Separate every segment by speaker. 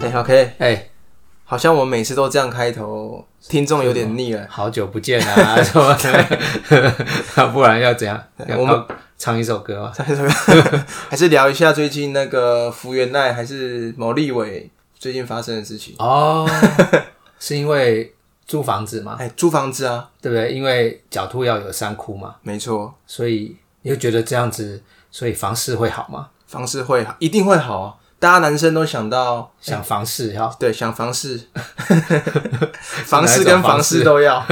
Speaker 1: 哎、o k
Speaker 2: 哎、
Speaker 1: 好像我每次都这样开头，听众有点腻了。
Speaker 2: 好久不 见啊，什么的，啊不然要怎样？要
Speaker 1: 我们
Speaker 2: 要唱一首歌吗？
Speaker 1: 还是聊一下最近那个福原奈还是毛利伟最近发生的事情。
Speaker 2: 哦，是因为租房子嘛，
Speaker 1: 哎、租房子啊，
Speaker 2: 对不对？因为狡兔要有三窟嘛，
Speaker 1: 没错，
Speaker 2: 所以你就觉得这样子，所以房市会好吗？
Speaker 1: 房市会好一定会好啊。大家男生都想到，
Speaker 2: 想房市要
Speaker 1: 对，想房市，房市跟房市都要，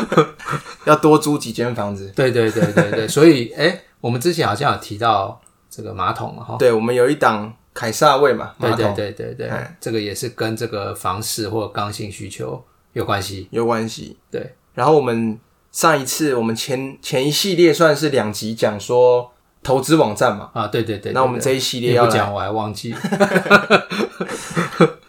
Speaker 1: 要多租几间房子。
Speaker 2: 对对对对 对，所以哎、我们之前好像有提到这个马桶嘛，哈，
Speaker 1: 对，我们有一档凯撒位嘛，马
Speaker 2: 对
Speaker 1: 桶
Speaker 2: 对对对对
Speaker 1: 哎，
Speaker 2: 这个也是跟这个房市或刚性需求有关系。
Speaker 1: 有关系。
Speaker 2: 对，
Speaker 1: 然后我们上一次，我们前前一系列算是两集讲说投资网站嘛，
Speaker 2: 啊，对对对，
Speaker 1: 那我们
Speaker 2: 对
Speaker 1: 这一系列
Speaker 2: 对你
Speaker 1: 要
Speaker 2: 不
Speaker 1: 来，
Speaker 2: 讲我还忘记，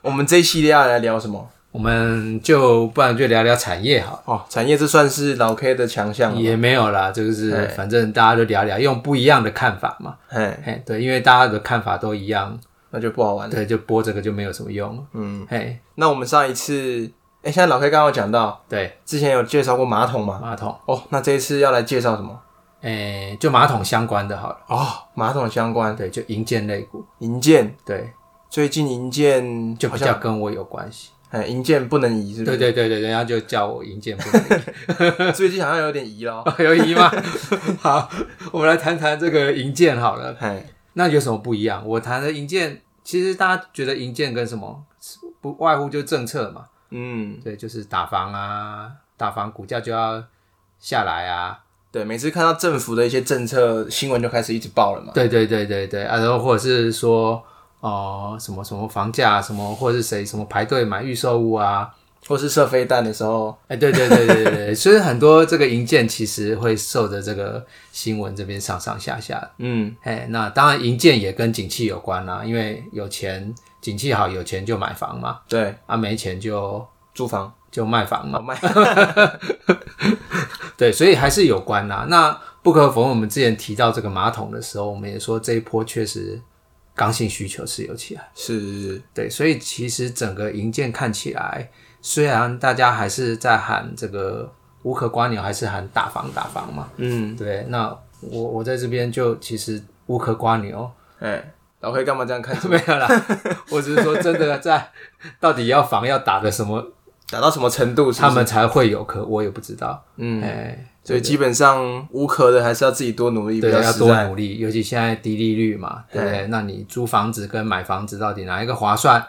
Speaker 1: 我们这一系列要来聊什么？
Speaker 2: 我们就不然就聊聊产业好了，
Speaker 1: 哦，产业这算是老 K 的强项了，
Speaker 2: 也没有啦，就是
Speaker 1: 哎
Speaker 2: 反正大家就聊聊，用不一样的看法嘛，
Speaker 1: 哎，
Speaker 2: 哎，对，因为大家的看法都一样，
Speaker 1: 那就不好玩了。
Speaker 2: 对，就播这个就没有什么用了，
Speaker 1: 嗯，
Speaker 2: 哎，
Speaker 1: 那我们上一次，哎，现在老 K 刚刚有讲到，
Speaker 2: 对，
Speaker 1: 之前有介绍过马桶嘛？
Speaker 2: 马桶，
Speaker 1: 哦，那这一次要来介绍什么？
Speaker 2: 哎，就马桶相关的好了，
Speaker 1: 哦，马桶相关
Speaker 2: 对，就银建类股，
Speaker 1: 银建，
Speaker 2: 对，
Speaker 1: 最近银建
Speaker 2: 就
Speaker 1: 好
Speaker 2: 比
Speaker 1: 像，
Speaker 2: 较跟我有关系。
Speaker 1: 哎，银建不能移是不
Speaker 2: 对
Speaker 1: 是？
Speaker 2: 对对对，人家就叫我银建不 能
Speaker 1: 最近好像有点移了，
Speaker 2: 移，有疑吗？ 好，我们来谈谈这个银建好了。
Speaker 1: 哎，
Speaker 2: 那有什么不一样？我谈的银建，其实大家觉得银建跟什么不外乎就政策嘛，
Speaker 1: 嗯，
Speaker 2: 对，就是打房啊，打房股价就要下来啊，
Speaker 1: 对，每次看到政府的一些政策新闻就开始一直报了嘛。
Speaker 2: 对对对对对啊，然后或者是说哦、呃什么什么房价啊什么，或者是谁什么排队买预售屋啊，
Speaker 1: 或是射飞弹的时候，
Speaker 2: 哎，对对对对对 对，所以很多这个银建其实会受着这个新闻这边上上下下。
Speaker 1: 嗯，
Speaker 2: 哎，那当然银建也跟景气有关啦、啊因为有钱，景气好，有钱就买房嘛，
Speaker 1: 对，
Speaker 2: 啊，没钱就
Speaker 1: 租房
Speaker 2: 就卖房
Speaker 1: 好
Speaker 2: 嘛。
Speaker 1: 哦卖，
Speaker 2: 对，所以还是有关啦、那不可否认，我们之前提到这个马桶的时候，我们也说这一波确实刚性需求是有起来。
Speaker 1: 是
Speaker 2: 对，所以其实整个银建看起来，虽然大家还是在喊这个无可观鸟，还是喊打房打房嘛。
Speaker 1: 嗯，
Speaker 2: 对，那我我在这边就其实无可刮 牛，
Speaker 1: 哎、老黑干嘛这样看？
Speaker 2: 没 有啦，我只是说真的在到底要防要打的什么，
Speaker 1: 打到什么程度是不
Speaker 2: 他
Speaker 1: 是？
Speaker 2: 们才会有可我也不知道，
Speaker 1: 嗯，
Speaker 2: 哎、
Speaker 1: 所以基本上无壳的还是要自己多努力，比
Speaker 2: 对，
Speaker 1: 较
Speaker 2: 要
Speaker 1: 实
Speaker 2: 多
Speaker 1: 在。哎
Speaker 2: 努力，尤其现在低利率嘛，对不对？那你租房子跟买房子到底哪一个划算？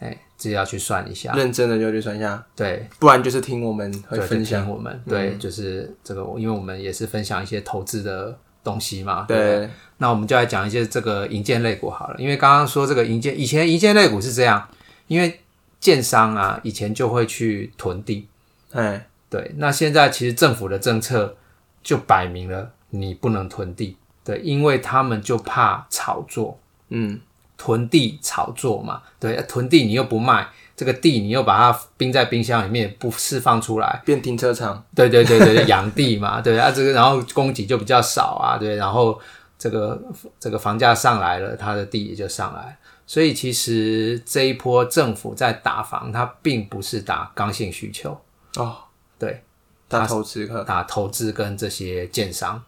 Speaker 2: 哎，自己要去算一下，
Speaker 1: 认真的就去传下，
Speaker 2: 对，
Speaker 1: 不然就是听我们会
Speaker 2: 对就
Speaker 1: 分享。嗯
Speaker 2: 听我们，对，就是这个，因为我们也是分享一些投资的东西嘛，对不对
Speaker 1: 对，
Speaker 2: 那我们就来讲一些这个银建类股好了，因为刚刚说这个银建，以前银建类股是这样，因为建商啊以前就会去囤地，
Speaker 1: 哎，
Speaker 2: 对，那现在其实政府的政策就摆明了你不能囤地，对，因为他们就怕炒作，
Speaker 1: 嗯，
Speaker 2: 囤地炒作嘛，对，囤地你又不卖，这个地你又把它冰在冰箱里面不释放出来，
Speaker 1: 变停车场，
Speaker 2: 对对对对，对，养地嘛， 对啊，这个然后供给就比较少啊，对，然后这个这个房价上来了，它的地也就上来，所以其实这一波政府在打房，它并不是打刚性需求，
Speaker 1: 哦，
Speaker 2: 对，
Speaker 1: 大投资客，
Speaker 2: 打投资跟这些建商，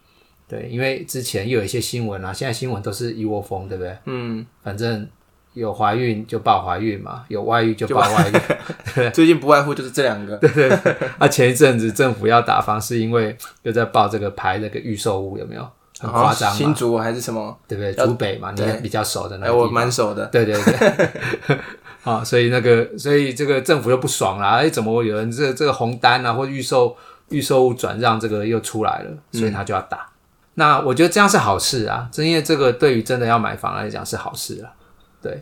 Speaker 2: 对，因为之前又有一些新闻啊，现在新闻都是一窝蜂，对不对？
Speaker 1: 嗯，
Speaker 2: 反正有怀孕就报怀孕嘛，有外遇就报外遇，
Speaker 1: 最近不外乎就是这两个，
Speaker 2: 啊，前一阵子政府要打房，是因为又在报这个排那个预售屋，有没有？很
Speaker 1: 好
Speaker 2: 夸
Speaker 1: 像
Speaker 2: 张
Speaker 1: 新
Speaker 2: 嘛，
Speaker 1: 竹还是什么？
Speaker 2: 对不对？竹北嘛，你也比较熟的那
Speaker 1: 哎、
Speaker 2: 个地
Speaker 1: 我
Speaker 2: 方。
Speaker 1: 蛮熟的，
Speaker 2: 对对对。 啊，所以那个，所以这个政府又不爽啦，哎，怎么有人这这个红单啊，或预售预售物转让这个又出来了，所以他就要打。那我觉得这样是好事啊，正因为这个对于真的要买房来讲是好事啊。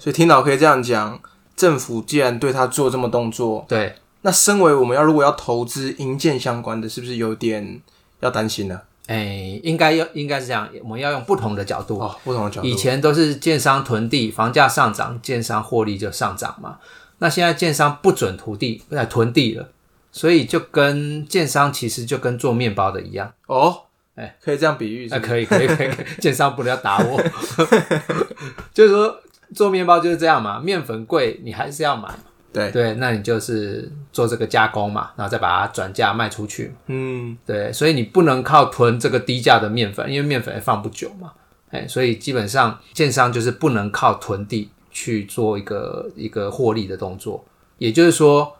Speaker 1: 所以听老 K 这样讲，政府既然对他做这么动作，
Speaker 2: 对，
Speaker 1: 那身为我们要如果要投资银建相关的，是不是有点要担心了？
Speaker 2: 哎，应该要应该是这样，我们要用不同的角度
Speaker 1: 哦，不同的角
Speaker 2: 以
Speaker 1: 度，
Speaker 2: 前都是建商囤地，房价上涨，建商获利就上涨嘛。那现在建商不准囤地，不准囤地了，所以就跟建商其实就跟做面包的一样。
Speaker 1: 哦，哎，可以这样比喻
Speaker 2: 啊，
Speaker 1: 是不是
Speaker 2: 可以可以可以，可以建商不能要打我，就是说做面包就是这样嘛，面粉贵你还是要买，
Speaker 1: 对，
Speaker 2: 对，那你就是做这个加工嘛，然后再把它转价卖出去嘛，
Speaker 1: 嗯，
Speaker 2: 对，所以你不能靠囤这个低价的面粉，因为面粉也放不久嘛，哎，所以基本上建商就是不能靠囤地去做一个一个获利的动作，也就是说，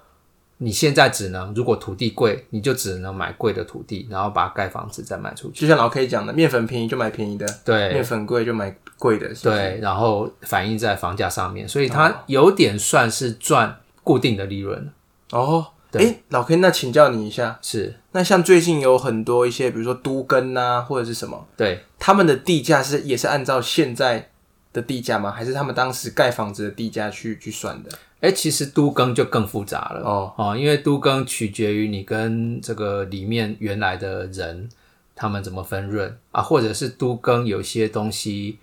Speaker 2: 你现在只能如果土地贵，你就只能买贵的土地，然后把它盖房子再卖出去，
Speaker 1: 就像老 K 讲的，面粉便宜就买便宜的，
Speaker 2: 对，
Speaker 1: 面粉贵就买贵的，是不是，
Speaker 2: 对，然后反映在房价上面，所以它有点算是赚固定的利润，
Speaker 1: 哦，
Speaker 2: 对
Speaker 1: 诶，老 K，那请教你一下，
Speaker 2: 是
Speaker 1: 那像最近有很多一些，比如说都更呐、或者是什么，
Speaker 2: 对。
Speaker 1: 他们的地价是也是按照现在的地价吗？还是他们当时盖房子的地价去去算的？
Speaker 2: 哎，其实都更就更复杂了
Speaker 1: 哦
Speaker 2: 哦，因为都更取决于你跟这个里面原来的人他们怎么分润啊，或者是都更有些东西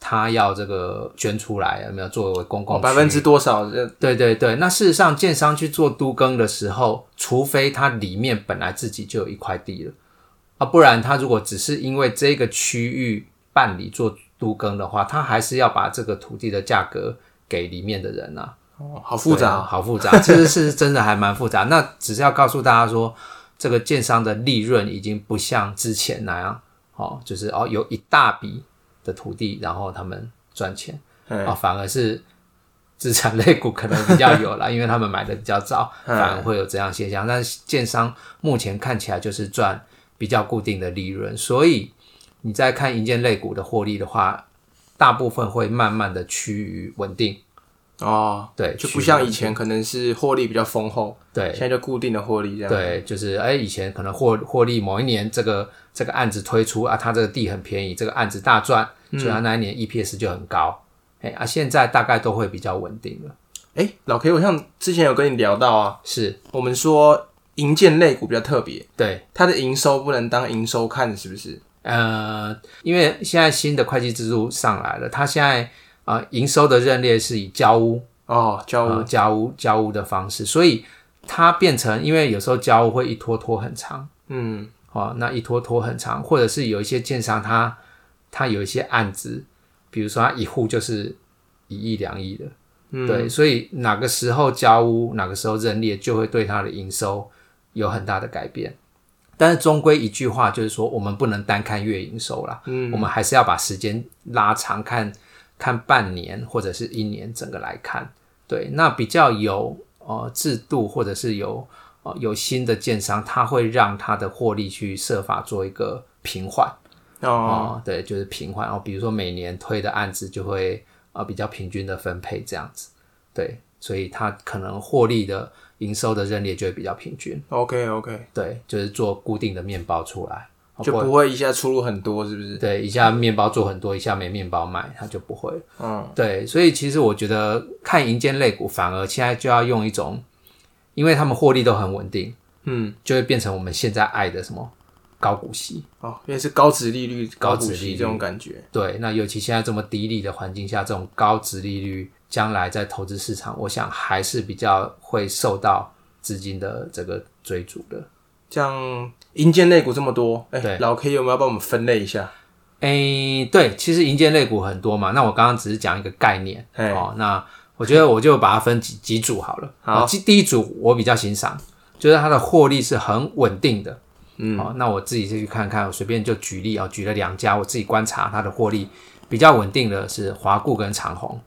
Speaker 2: 他要这个捐出来，有没有作为公共
Speaker 1: 哦，
Speaker 2: 区域、
Speaker 1: 百分之多少？这
Speaker 2: 对对对，那事实上，建商去做都更的时候，除非它里面本来自己就有一块地了啊，不然他如果只是因为这个区域办理做都更的话，他还是要把这个土地的价格给里面的人啊。
Speaker 1: 哦，好复杂
Speaker 2: 对
Speaker 1: 哦、
Speaker 2: 好复杂， 其实是真的还蛮复杂。那只是要告诉大家说，这个建商的利润已经不像之前那样哦，就是哦有一大笔的土地，然后他们赚钱
Speaker 1: 嗯
Speaker 2: 哦，反而是资产类股可能比较 有啦，因为他们买的比较早，
Speaker 1: 嗯
Speaker 2: 反而会有这样现象。但是建商目前看起来就是赚比较固定的利润，所以你在看银建类股的获利的话，大部分会慢慢的趋于稳定。
Speaker 1: 哦，
Speaker 2: 对，
Speaker 1: 就
Speaker 2: 趋
Speaker 1: 不
Speaker 2: 于
Speaker 1: 像以前可能是获利比较丰厚，
Speaker 2: 对
Speaker 1: 现在就固定的获利这样。，
Speaker 2: 对，就是哎，以前可能获获利某一年这个这个案子推出啊，它这个地很便宜，这个案子大赚，
Speaker 1: 嗯
Speaker 2: 所以它那一年 EPS 就很高。哎啊，现在大概都会比较稳定了。
Speaker 1: 哎、老 K，我像之前有跟你聊到啊，
Speaker 2: 是，
Speaker 1: 我们说银建类股比较特别，
Speaker 2: 对，
Speaker 1: 它的营收不能当营收看，是不是？
Speaker 2: 呃，因为现在新的会计制度上来了，它现在啊、呃营收的认列是以交屋
Speaker 1: 哦，交
Speaker 2: 呃交屋交屋的方式，所以它变成因为有时候交屋会一拖拖很长。
Speaker 1: 嗯，
Speaker 2: 哦，那一拖拖很长，或者是有一些建商他他有一些案子，比如说他一户就是一亿两亿的，
Speaker 1: 嗯
Speaker 2: 对，所以哪个时候交屋，哪个时候认列，就会对他的营收有很大的改变。但是终归一句话，就是说我们不能单看月营收啦，嗯，我们还是要把时间拉长看，看半年或者是一年整个来看。对，那比较有呃制度或者是有呃有新的建商，他会让他的获利去设法做一个平缓。
Speaker 1: 哦，
Speaker 2: 哦，对，就是平缓哦。比如说每年推的案子就会呃比较平均的分配这样子，对，所以它可能获利的营收的认列就会比较平均，
Speaker 1: OK OK，
Speaker 2: 对，就是做固定的面包出来，哦
Speaker 1: 就
Speaker 2: 不
Speaker 1: 不会一下出入很多，是不是？
Speaker 2: 对，一下面包做很多，一下没面包卖，它就不会了。
Speaker 1: 嗯，
Speaker 2: 对，所以其实我觉得看银监类股，反而现在就要用一种，因为他们获利都很稳定，
Speaker 1: 嗯，
Speaker 2: 就会变成我们现在爱的什么高股息。
Speaker 1: 哦，因为是高值利率、
Speaker 2: 高
Speaker 1: 高股
Speaker 2: 殖利
Speaker 1: 息
Speaker 2: 率
Speaker 1: 这种感觉。
Speaker 2: 对，那尤其现在这么低利的环境下，这种高值利率，将来在投资市场，我想还是比较会受到资金的这个追逐的。
Speaker 1: 像银建类股这么多，哎、
Speaker 2: 对
Speaker 1: 老 K 有没有要帮我们分类一下？
Speaker 2: 诶，对，其实银建类股很多嘛，那我刚刚只是讲一个概念
Speaker 1: 嘿
Speaker 2: 哦。那我觉得我就把它分几几组好了。
Speaker 1: 好
Speaker 2: 哦，第第一组我比较欣赏，就是它的获利是很稳定的。
Speaker 1: 嗯
Speaker 2: 哦，那我自己就去看看，我随便就举例哦，举了两家，我自己观察它的获利比较稳定的是华固跟长虹。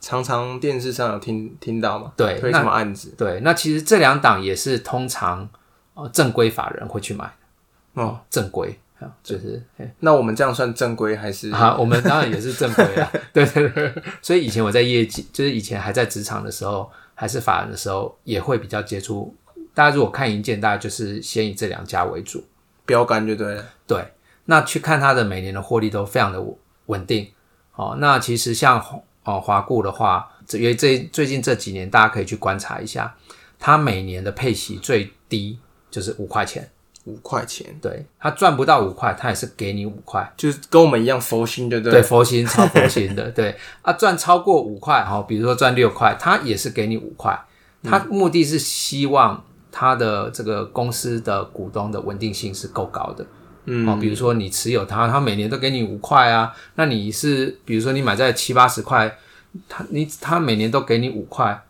Speaker 1: 常常电视上有听听到嘛？
Speaker 2: 对
Speaker 1: 推
Speaker 2: 那
Speaker 1: 什么案子？
Speaker 2: 对，那其实这两档也是通常呃正规法人会去买
Speaker 1: 哦，
Speaker 2: 正规啊，就是嘿
Speaker 1: 那我们这样算正规还是？
Speaker 2: 啊，我们当然也是正规啊，对对对。所以以前我在业绩，就是以前还在职场的时候，还是法人的时候，也会比较接触。大家如果看银建，大家就是先以这两家为主。
Speaker 1: 标杆就对了。
Speaker 2: 对，那去看它的每年的获利都非常的稳定。哦，那其实像哦华固的话，这因为这最近这几年大家可以去观察一下，它每年的配息最低就是五块钱，
Speaker 1: 五块钱，
Speaker 2: 对，它赚不到五块，它也是给你五块。
Speaker 1: 就是跟我们一样佛心，对不对？
Speaker 2: 对，佛心超佛 心的，对啊，赚超过五块哈、哦，比如说赚六块，它也是给你五块，
Speaker 1: 嗯
Speaker 2: 它目的是希望它的这个公司的股东的稳定性是够高的，
Speaker 1: 嗯
Speaker 2: 哦，比如说你持有它，它每年都给你五块啊，那你是比如说你买在七八十块，他你他每年都给你五块，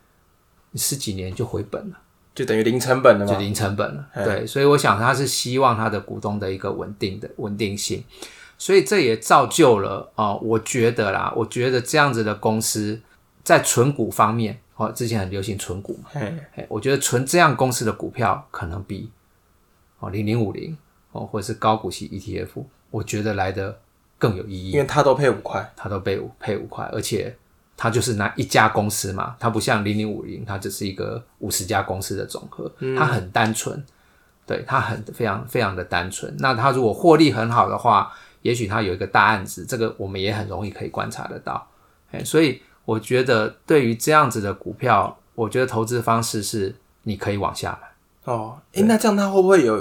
Speaker 2: 你十几年就回本了，
Speaker 1: 就等于零成本了
Speaker 2: 就
Speaker 1: 嘛。
Speaker 2: 零成本了。对，所以我想他是希望他的股东的一个稳定的稳定性，所以这也造就了啊、呃我觉得啦，我觉得这样子的公司在存股方面，哦，之前很流行存股嘛。
Speaker 1: 嘿，
Speaker 2: 哎，我觉得存这样公司的股票，可能比哦零零五零哦或者是高股息 ETF，我觉得来的更有意义。
Speaker 1: 因为它都配五块，
Speaker 2: 它都被配五块，而且它就是那一家公司嘛，它不像零零五零，它只是一个五十家公司的总和，
Speaker 1: 嗯
Speaker 2: 它很单纯，对，它很非常非常的单纯。那它如果获利很好的话，也许它有一个大案子，这个我们也很容易可以观察得到。哎，所以我觉得对于这样子的股票，我觉得投资方式是你可以往下买，
Speaker 1: 哦，诶、那这样它会不会有？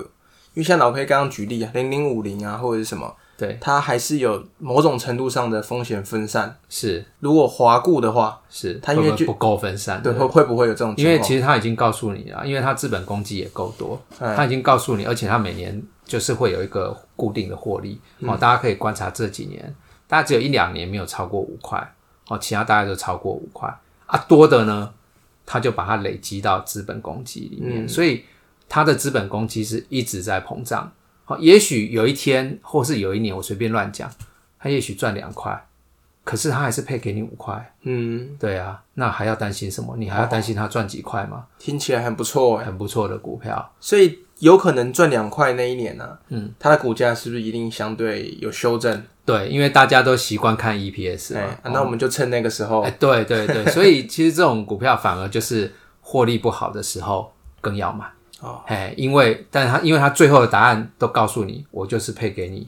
Speaker 1: 因为像老 K 刚刚举例啊，零零五零啊，或者是什么，
Speaker 2: 对，
Speaker 1: 它还是有某种程度上的风险分散。
Speaker 2: 是
Speaker 1: 如果华固的话，
Speaker 2: 是，
Speaker 1: 它因为
Speaker 2: 会不会
Speaker 1: 就
Speaker 2: 不够分散，
Speaker 1: 对，会会不会有这种
Speaker 2: 因
Speaker 1: 情
Speaker 2: 为
Speaker 1: 况？
Speaker 2: 其实他已经告诉你了，因为他资本公积也够多，
Speaker 1: 哎
Speaker 2: 他已经告诉你，而且他每年就是会有一个固定的获利、
Speaker 1: 嗯
Speaker 2: 哦，大家可以观察这几年，大家只有一两年没有超过五块哦，其他大概都超过五块啊，多的呢，他就把它累积到资本公积里
Speaker 1: 嗯
Speaker 2: 面，所以他的资本公积是一直在膨胀。好、也许有一天或是有一年，我随便乱讲，他也许赚两块，可是他还是配给你五块，
Speaker 1: 嗯，
Speaker 2: 对啊，那还要担心什么？你还要担心他赚几块吗？
Speaker 1: 听起来很不错诶，
Speaker 2: 很不错的股票，
Speaker 1: 所以有可能赚两块那一年呢、嗯，它的股价是不是一定相对有修正？
Speaker 2: 对，因为大家都习惯看 EPS
Speaker 1: 哎、哦
Speaker 2: 嘛
Speaker 1: 啊，那我们就趁那个时候，
Speaker 2: 哎，对 对对，所以其实这种股票反而就是获利不好的时候更要买
Speaker 1: 哦，
Speaker 2: 哎，因为但是它因为它最后的答案都告诉你，我就是配给你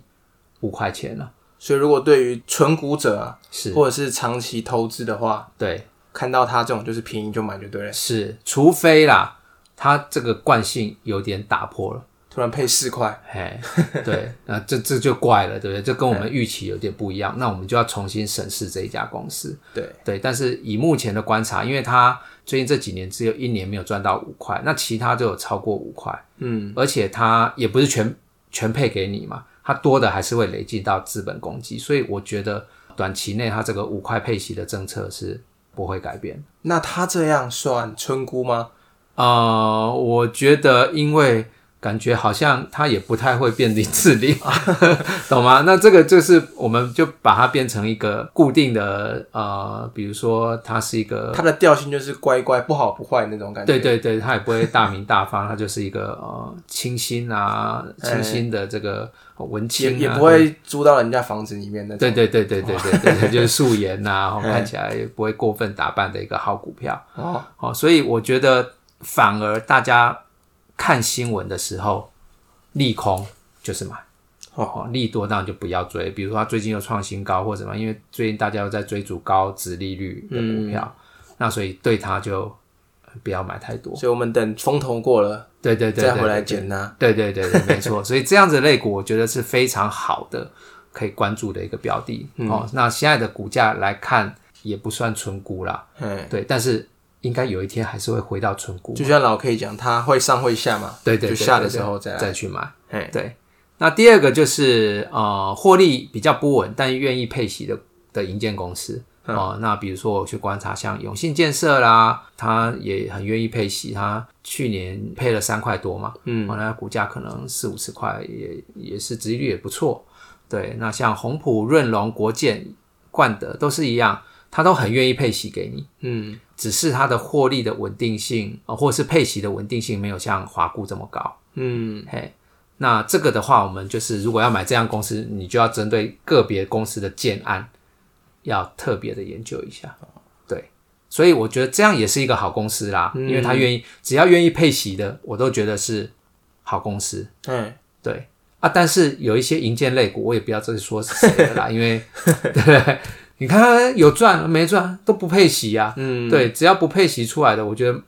Speaker 2: 五块钱了，
Speaker 1: 所以如果对于纯股者啊，
Speaker 2: 是
Speaker 1: 或者是长期投资的话，
Speaker 2: 对，
Speaker 1: 看到它这种就是便宜就买就对了，
Speaker 2: 是，除非啦，它这个惯性有点打破了。
Speaker 1: 突然配四块，
Speaker 2: 哎，对，那这这就怪了，对不对？这跟我们预期有点不一样，那我们就要重新审视这一家公司。
Speaker 1: 对
Speaker 2: 对，但是以目前的观察，因为它最近这几年只有一年没有赚到五块，那其他就有超过五块，
Speaker 1: 嗯，
Speaker 2: 而且它也不是全全配给你嘛，它多的还是会累积到资本公积，所以我觉得短期内它这个五块配息的政策是不会改变。
Speaker 1: 那它这样算春估吗？
Speaker 2: 呃，我觉得因为感觉好像它也不太会变零至零，懂吗？那这个就是我们就把它变成一个固定的呃，比如说它是一个。
Speaker 1: 它的调性就是乖乖不好不坏那种感觉，
Speaker 2: 对对对，它也不会大名大放，它就是一个呃清新啊，清新的这个文青、
Speaker 1: 哎也
Speaker 2: 啊，
Speaker 1: 也不会租到人家房子里面那种，
Speaker 2: 对对对对对对对对，就是素颜呐、 然后
Speaker 1: 哎
Speaker 2: 看起来也不会过分打扮的一个好股票。
Speaker 1: 哦，
Speaker 2: 哦，所以我觉得反而大家看新闻的时候，利空就是买，哦，利多当然就不要追。比如说它最近又创新高或什么，因为最近大家又在追逐高值利率的
Speaker 1: 嗯
Speaker 2: 股票，那所以对它就不要买太多。
Speaker 1: 所以我们等风头过了
Speaker 2: 对对对对，
Speaker 1: 再回来
Speaker 2: 对
Speaker 1: 捡它、
Speaker 2: 对对对对，没错。所以这样子的类股，我觉得是非常好的，可以关注的一个标的、
Speaker 1: 嗯
Speaker 2: 哦。那现在的股价来看，也不算纯股啦，
Speaker 1: 嗯，
Speaker 2: 对，但是应该有一天还是会回到纯股。
Speaker 1: 就像老 K 讲，它会上会下嘛，
Speaker 2: 对对对，
Speaker 1: 就下的
Speaker 2: 对对
Speaker 1: 时候再来
Speaker 2: 再去买
Speaker 1: 嘿。
Speaker 2: 对，那第二个就是呃，获利比较不稳，但愿意配息的的营建公司。
Speaker 1: 嗯
Speaker 2: 哦、那比如说我去观察像永信建设啦，它也很愿意配息，它去年配了三块多嘛，嗯，哦、那股价可能四五十块，也也是殖利率也不错。对，那像宏普、润龙、国建、冠德都是一样，它都很愿意配息给你。
Speaker 1: 嗯，
Speaker 2: 只是它的获利的稳定性，呃、或是配息的稳定性没有像华固这么高。
Speaker 1: 嗯，
Speaker 2: 嘿，那这个的话，我们就是如果要买这样公司，你就要针对个别公司的建案，要特别的研究一下。对，所以我觉得这样也是一个好公司啦，因为他愿意，只要愿意配息的，我都觉得是好公司。
Speaker 1: 哎，
Speaker 2: 对啊，但是有一些银建类股，我也不要再说是谁了 啦，因为对不对？你看有赚没赚都不配息啊，嗯，对，只要不配息出来的，我觉得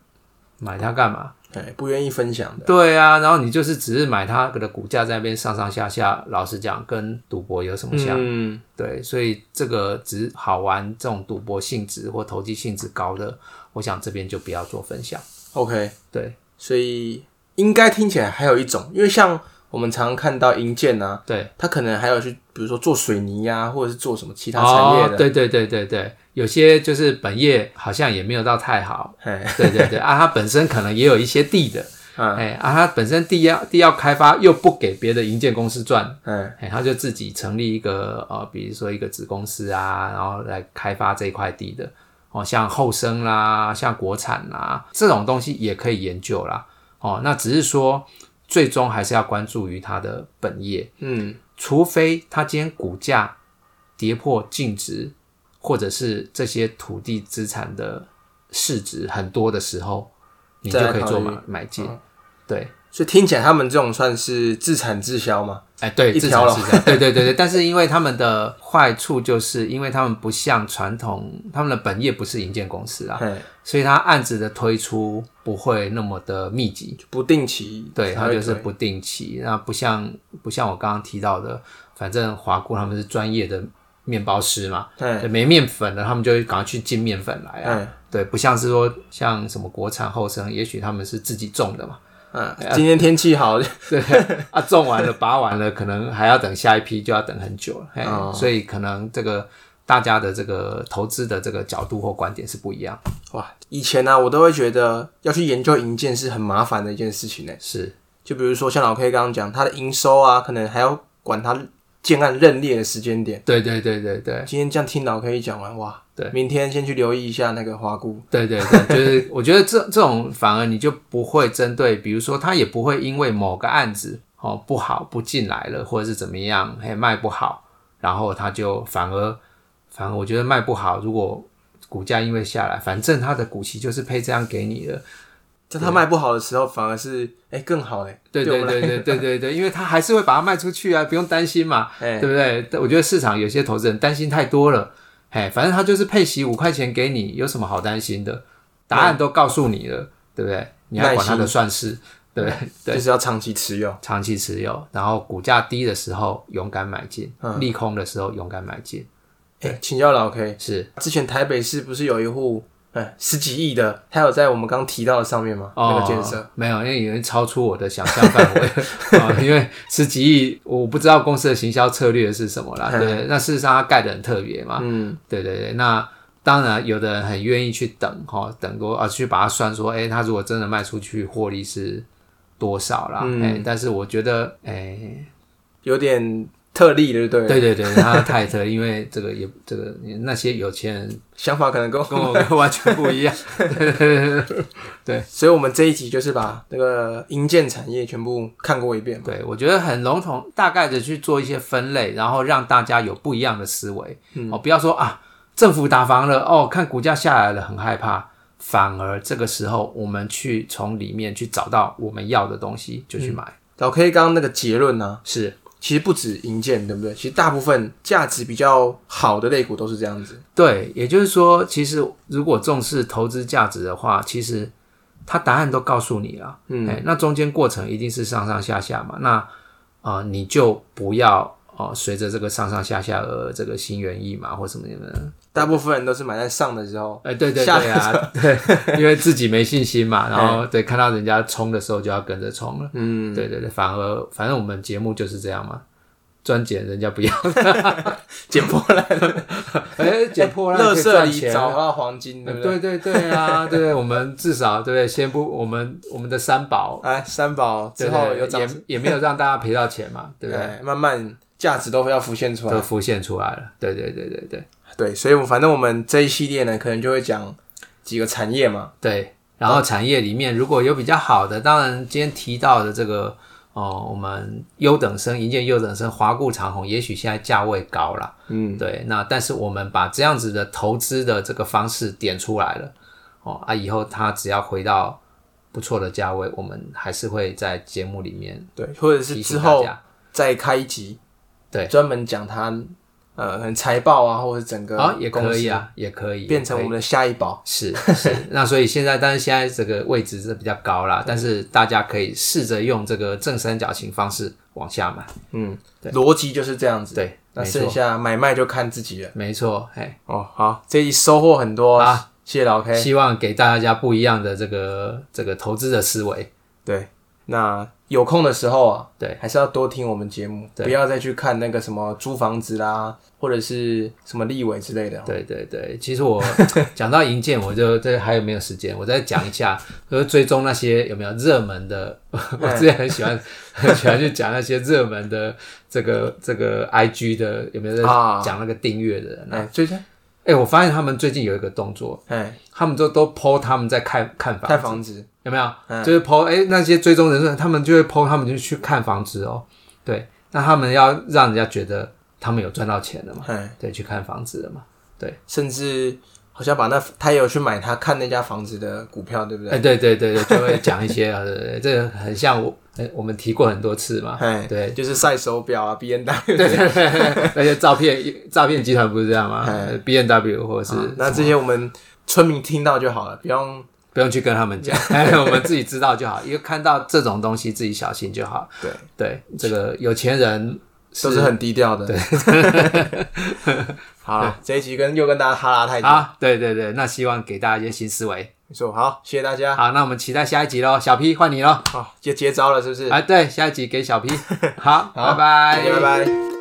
Speaker 2: 买它干嘛？
Speaker 1: 哎，不愿意分享的，
Speaker 2: 对啊，然后你就是只是买它的股价在那边上上下下，老实讲，跟赌博有什么像？
Speaker 1: 嗯，
Speaker 2: 对，所以这个只好玩这种赌博性质或投机性质高的，我想这边就不要做分享。
Speaker 1: ，OK，
Speaker 2: 对
Speaker 1: 所以应该听起来还有一种，因为像我们常看到银建啊，
Speaker 2: 对，
Speaker 1: 它可能还有去，比如说做水泥呀、或者是做什么其他产业
Speaker 2: 哦。
Speaker 1: 的，
Speaker 2: 对对对对对，有些就是本业好像也没有到太好，
Speaker 1: 嘿，
Speaker 2: 对对对啊，它本身可能也有一些地的，
Speaker 1: 嗯
Speaker 2: 哎啊，它本身地要地要开发又不给别的营建公司赚，
Speaker 1: 嗯
Speaker 2: 哎，他就自己成立一个呃，比如说一个子公司啊，然后来开发这一块地的哦，像后生啦，像国产啦这种东西也可以研究啦哦。那只是说最终还是要关注于它的本业，
Speaker 1: 嗯
Speaker 2: 除非它今天股价跌破净值，或者是这些土地资产的市值很多的时候，你就
Speaker 1: 再来
Speaker 2: 可以
Speaker 1: 考
Speaker 2: 做
Speaker 1: 虑嗯
Speaker 2: 买买进。对，
Speaker 1: 所以听起来他们这种算是自产自销嘛？
Speaker 2: 哎，对，
Speaker 1: 一
Speaker 2: 至
Speaker 1: 条
Speaker 2: 少
Speaker 1: 龙
Speaker 2: 是这样，对对对对。但是因为他们的坏处，就是因为他们不像传统，他们的本业不是营建公司啊，
Speaker 1: 嘿，
Speaker 2: 所以他案子的推出不会那么的密集，
Speaker 1: 就不定期
Speaker 2: 对，
Speaker 1: 才
Speaker 2: 它
Speaker 1: 会
Speaker 2: 就是
Speaker 1: 推
Speaker 2: 不定期。那不像不像我刚刚提到的，反正华固他们是专业的面包师嘛，
Speaker 1: 嘿
Speaker 2: 对，没面粉的他们就会赶快去进面粉来啊，
Speaker 1: 嗯
Speaker 2: 对，不像是说像什么国产后生，也许他们是自己种的嘛。 哎
Speaker 1: 嗯，今天天气好，
Speaker 2: 对啊，种完了、 拔完了，可能还要等下一批，就要等很久了。嘿
Speaker 1: 哦
Speaker 2: 所以可能这个大家的这个投资的这个角度或观点是不一样。
Speaker 1: 哇！以前呢、我都会觉得要去研究营建是很麻烦的一件事情呢。啊
Speaker 2: 是，
Speaker 1: 就比如说像老 K 刚刚讲，他的营收啊，可能还要管他建案认列的时间点。
Speaker 2: 对对对对对
Speaker 1: 今天这样听老 K 一讲完，哇，
Speaker 2: 对
Speaker 1: 明天先去留意一下那个花菇。
Speaker 2: 对对对，就是我觉得这这种反而你就不会针对，比如说他也不会因为某个案子哦不好不进来了，或者是怎么样，嘿卖不好，然后他就反而反而我觉得卖不好，如果股价因为下来，反正他的股息就是配这样给你的，
Speaker 1: 在他卖不好的时候，反而是哎、更好哎、
Speaker 2: 对
Speaker 1: 我
Speaker 2: 对
Speaker 1: 们
Speaker 2: 对对对对对，因为他还是会把它卖出去啊，不用担心嘛，
Speaker 1: 哎
Speaker 2: 对不对？但我觉得市场有些投资人担心太多了，哎，反正他就是配息五块钱给你，有什么好担心的？答案都告诉你了，对不对？你还管他的算式，对不对？对，
Speaker 1: 就是要长期持有。 哎
Speaker 2: 长期持有，然后股价低的时候勇敢买进，
Speaker 1: 嗯
Speaker 2: 利空的时候勇敢买进，
Speaker 1: 哎、请教老 K，
Speaker 2: 是
Speaker 1: 之前台北市不是有一户哎、十几亿的，他有在我们刚提到的上面吗？
Speaker 2: 哦
Speaker 1: 那个建设。
Speaker 2: 没有，因为有人超出我的想象范围 啊、因为十几亿，我不知道公司的行销策略是什么啦。
Speaker 1: 嗯
Speaker 2: 对，那事实上它盖的很特别嘛。嗯，对对对。那当然，有的人很愿意去等哈、哦，等多啊，去把它算说，哎，它如果真的卖出去，获利是多少啦？哎、但是我觉得，哎，
Speaker 1: 有点特例的，对了，
Speaker 2: 对对对，它太特， 因为这个也这个那些有钱人
Speaker 1: 想法可能跟我，
Speaker 2: 跟我完全不一样。
Speaker 1: 所以我们这一集就是把那个营建产业全部看过一遍嘛。
Speaker 2: 对，我觉得很笼统，大概的去做一些分类，然后让大家有不一样的思维。哦，不要说啊，政府打房了，哦，看股价下来了，很害怕。反而这个时候，我们去从里面去找到我们要的东西，就去买。
Speaker 1: 老 K 刚刚那个结论呢、
Speaker 2: 是，
Speaker 1: 其实不止营建，对不对？其实大部分价值比较好的类股都是这样子。
Speaker 2: 对，也就是说，其实如果重视投资价值的话，其实它答案都告诉你了。嗯，那中间过程一定是上上下下嘛。那呃，你就不要哦、呃随着这个上上下下而这个心猿意马或什么什么的。
Speaker 1: 大部分人都是买在上的时候，
Speaker 2: 哎、对对
Speaker 1: 吓
Speaker 2: 对啊，对，因为自己没信心 嘛，然后对看到人家冲的时候就要跟着冲了，嗯，对对对，反而反正我们节目就是这样嘛，专捡人家 不要，
Speaker 1: 捡破烂、
Speaker 2: 哎、捡破烂
Speaker 1: 垃
Speaker 2: 可
Speaker 1: 圾
Speaker 2: 以赚
Speaker 1: 里
Speaker 2: 钱
Speaker 1: 找
Speaker 2: 啊，
Speaker 1: 到黄金，对不对？
Speaker 2: 对对对啊，对对，我们至少对不对，先不我们我们的三宝
Speaker 1: 哎，三宝之
Speaker 2: 对不对
Speaker 1: 后有涨，
Speaker 2: 也也没有让大家赔到钱嘛，对不对？
Speaker 1: 哎，慢慢价值都要浮现出来。
Speaker 2: 都浮现出来了，对对对对对
Speaker 1: 对，所以我反正我们这一系列呢，可能就会讲几个产业嘛。
Speaker 2: 对。然后产业里面如果有比较好的，当然今天提到的这个哦，我们优等生、银建优等生、华固长虹，也许现在价位高了，
Speaker 1: 嗯，
Speaker 2: 对。那但是我们把这样子的投资的这个方式点出来了，哦啊，以后它只要回到不错的价位，我们还是会在节目里面
Speaker 1: 对，或者是
Speaker 2: 提
Speaker 1: 之
Speaker 2: 醒大
Speaker 1: 后
Speaker 2: 家。
Speaker 1: 再开一集，
Speaker 2: 对
Speaker 1: 专门讲它呃可能财报啊，或者整个
Speaker 2: 啊，也可以
Speaker 1: 啊，
Speaker 2: 啊，也可以
Speaker 1: 变成我
Speaker 2: 也可以
Speaker 1: 们的下一宝。
Speaker 2: 是是。 那所以现在，但是现在这个位置是比较高啦，但是大家可以试着用这个正三角形方式往下买。
Speaker 1: 嗯，逻辑就是这样子。
Speaker 2: 对，
Speaker 1: 那
Speaker 2: 没
Speaker 1: 剩
Speaker 2: 错，
Speaker 1: 下买卖就看自己了。
Speaker 2: 没错，哎，
Speaker 1: 哦，好，这一集收获很多
Speaker 2: 好，
Speaker 1: 谢谢老 K。
Speaker 2: 希望给大家不一样的这个这个投资的思维。
Speaker 1: 对，那有空的时候啊，
Speaker 2: 对，
Speaker 1: 还是要多听我们节目，
Speaker 2: 对
Speaker 1: 不要再去看那个什么租房子啦，或者是什么立委之类的。
Speaker 2: 对对对，其 实我讲到银建，我就这还有没有时间？我再讲一下，就是追踪那些有没有热门的。 我
Speaker 1: 嗯
Speaker 2: 之前很喜欢很喜欢去讲那些热门的这个这个 IG 的有没有在
Speaker 1: 啊
Speaker 2: 讲那个订阅的人啊？
Speaker 1: 哎，最近
Speaker 2: 哎、我发现他们最近有一个动作，
Speaker 1: 哎，
Speaker 2: 他们就都 PO 他们在看看房，
Speaker 1: 看房子，
Speaker 2: 有没有？
Speaker 1: 嗯
Speaker 2: 就是 PO 哎、那些追踪人士，他们就会 PO 他们就去看房子哦。对，那他们要让人家觉得他们有赚到钱了嘛？
Speaker 1: 哎，
Speaker 2: 对，去看房子了嘛？
Speaker 1: 甚至好像把那他也有去买他看那家房子的股票，对不对？
Speaker 2: 哎、对对对对，就会讲一些 啊，对对对，这个很像我，哎我们提过很多次嘛，
Speaker 1: 哎，
Speaker 2: 对，
Speaker 1: 就是晒手表啊，B N W
Speaker 2: 对对对对，那些诈骗诈骗集团不是这样吗
Speaker 1: 哎
Speaker 2: ？B N W 或者是、
Speaker 1: 哦那这些我们村民听到就好了，不用
Speaker 2: 不用去跟他们 讲，哎我们自己知道就好，因为看到这种东西自己小心就好。
Speaker 1: 对
Speaker 2: 对，这个有钱人
Speaker 1: 都是很低调的。 好了，这一集跟又跟大家哈拉太久，
Speaker 2: 啊，对对对，那希望给大家一些新思维。
Speaker 1: 没错，好，谢谢大家。
Speaker 2: 好，那我们期待下一集喽，小 P 换你喽，哎
Speaker 1: 好，接接招了是不是？
Speaker 2: 啊，对，下一集给小 P，好，
Speaker 1: 好大
Speaker 2: 拜
Speaker 1: 家拜拜。